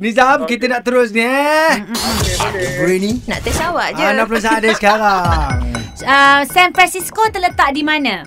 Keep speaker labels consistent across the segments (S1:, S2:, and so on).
S1: Nizam, kita nak terus ni eh.
S2: Okey, boleh.
S1: Apa ni?
S3: Nak test awak je.
S1: Ah, 60 ada sekarang.
S4: Uh, San Francisco terletak di mana?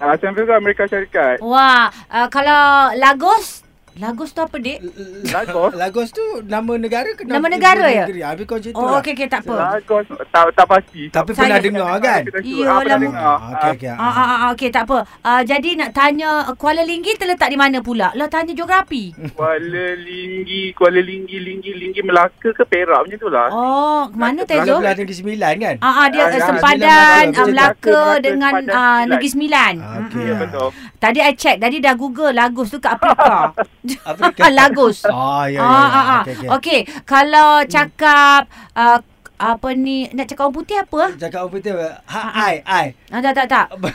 S2: Ah, San Francisco, Amerika Syarikat.
S4: Wah, uh, kalau Lagos, Lagos tu apa dik?
S2: Lagos.
S1: Lagos tu nama negara ke
S4: Nama negara ya?
S1: negeri? Habis kau macam tu
S4: Oh,
S1: lah.
S4: okey okey tak apa.
S2: Lagos tak tak pasti.
S1: Tapi
S4: Saya-
S1: pernah dengar kan?
S2: Kita sure.
S4: Iyalah,
S2: Ah, pernah
S4: mu-
S2: dengar.
S1: Ah, Okey okey.
S4: Ah ah ah okey tak apa. Uh, jadi nak tanya uh, Kuala Linggi terletak di mana pula? Lah tanya geografi.
S2: Ah, Kuala Linggi, Kuala Linggi, Linggi, Linggi Melaka ke Perak macam tu lah.
S4: Oh, ke mana
S1: Kalau
S4: Tezo?
S1: bulan negeri sembilan kan?
S4: Ah ah dia
S2: Ah,
S4: uh,
S2: dah,
S4: sempadan
S1: Melaka,
S4: ah,
S2: Melaka,
S4: Melaka
S2: Melaka
S4: dengan
S2: sempadan
S4: ah,
S2: sembilan.
S4: Negeri Sembilan.
S1: Ah,
S4: Mm,
S1: okey.
S4: mm.
S2: Ya, betul.
S4: Tadi I check, tadi dah Google Lagos tu kat Afrika. Ah,
S1: Afrika.
S4: Lagos.
S1: Oh, ya, ya, ya.
S4: Ah, ah, ah.
S1: Okey, okey.
S4: Okey, kalau cakap uh, apa ni nak cakap orang putih apa?
S1: Cakap apa tu? Ha, ai, ai.
S4: Ah, tak tak tak.
S1: Apa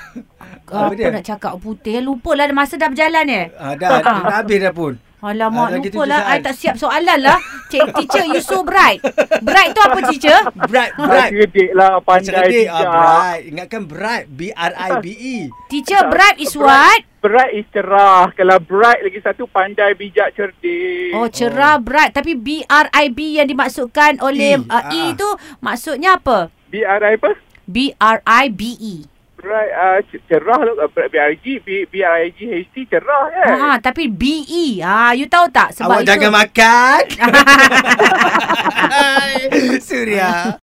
S4: Apa,
S1: dia?
S4: nak cakap orang putih? Lupalah masa dah berjalan eh.
S1: Ah, dah, dah habis dah pun. Ah,
S4: Alamak,
S1: lagi tujuh
S4: lupalah.
S1: saat.
S4: I tak siap soalan lah. Cik, teacher, you so bright. Bright tu apa, teacher?
S1: Bright,
S2: Right.
S1: bright.
S2: Cerdik lah, pandai
S1: Cerdik. Ah,
S2: bijak.
S1: bright. Ingatkan bright. B-R-I-B-E.
S2: Ya,
S4: Teacher, bright is what?
S2: Bright. Bright is cerah. Kalau bright lagi satu pandai, bijak, cerdik.
S4: Oh, cerah bright. Tapi B-R-I-B yang dimaksudkan
S1: E,
S4: oleh E, uh, e
S1: ah.
S4: tu maksudnya apa?
S2: BRI apa?
S4: B-R-I-B-E.
S2: Bright uh, cerah lah. Uh, BRG, B, BRIGHT cerah
S1: Eh.
S2: kan?
S1: Ah,
S4: Ha, tapi B-E. Ha, you tahu tak?
S1: Awak
S4: Sebab itu...
S1: jangan makan. Surya.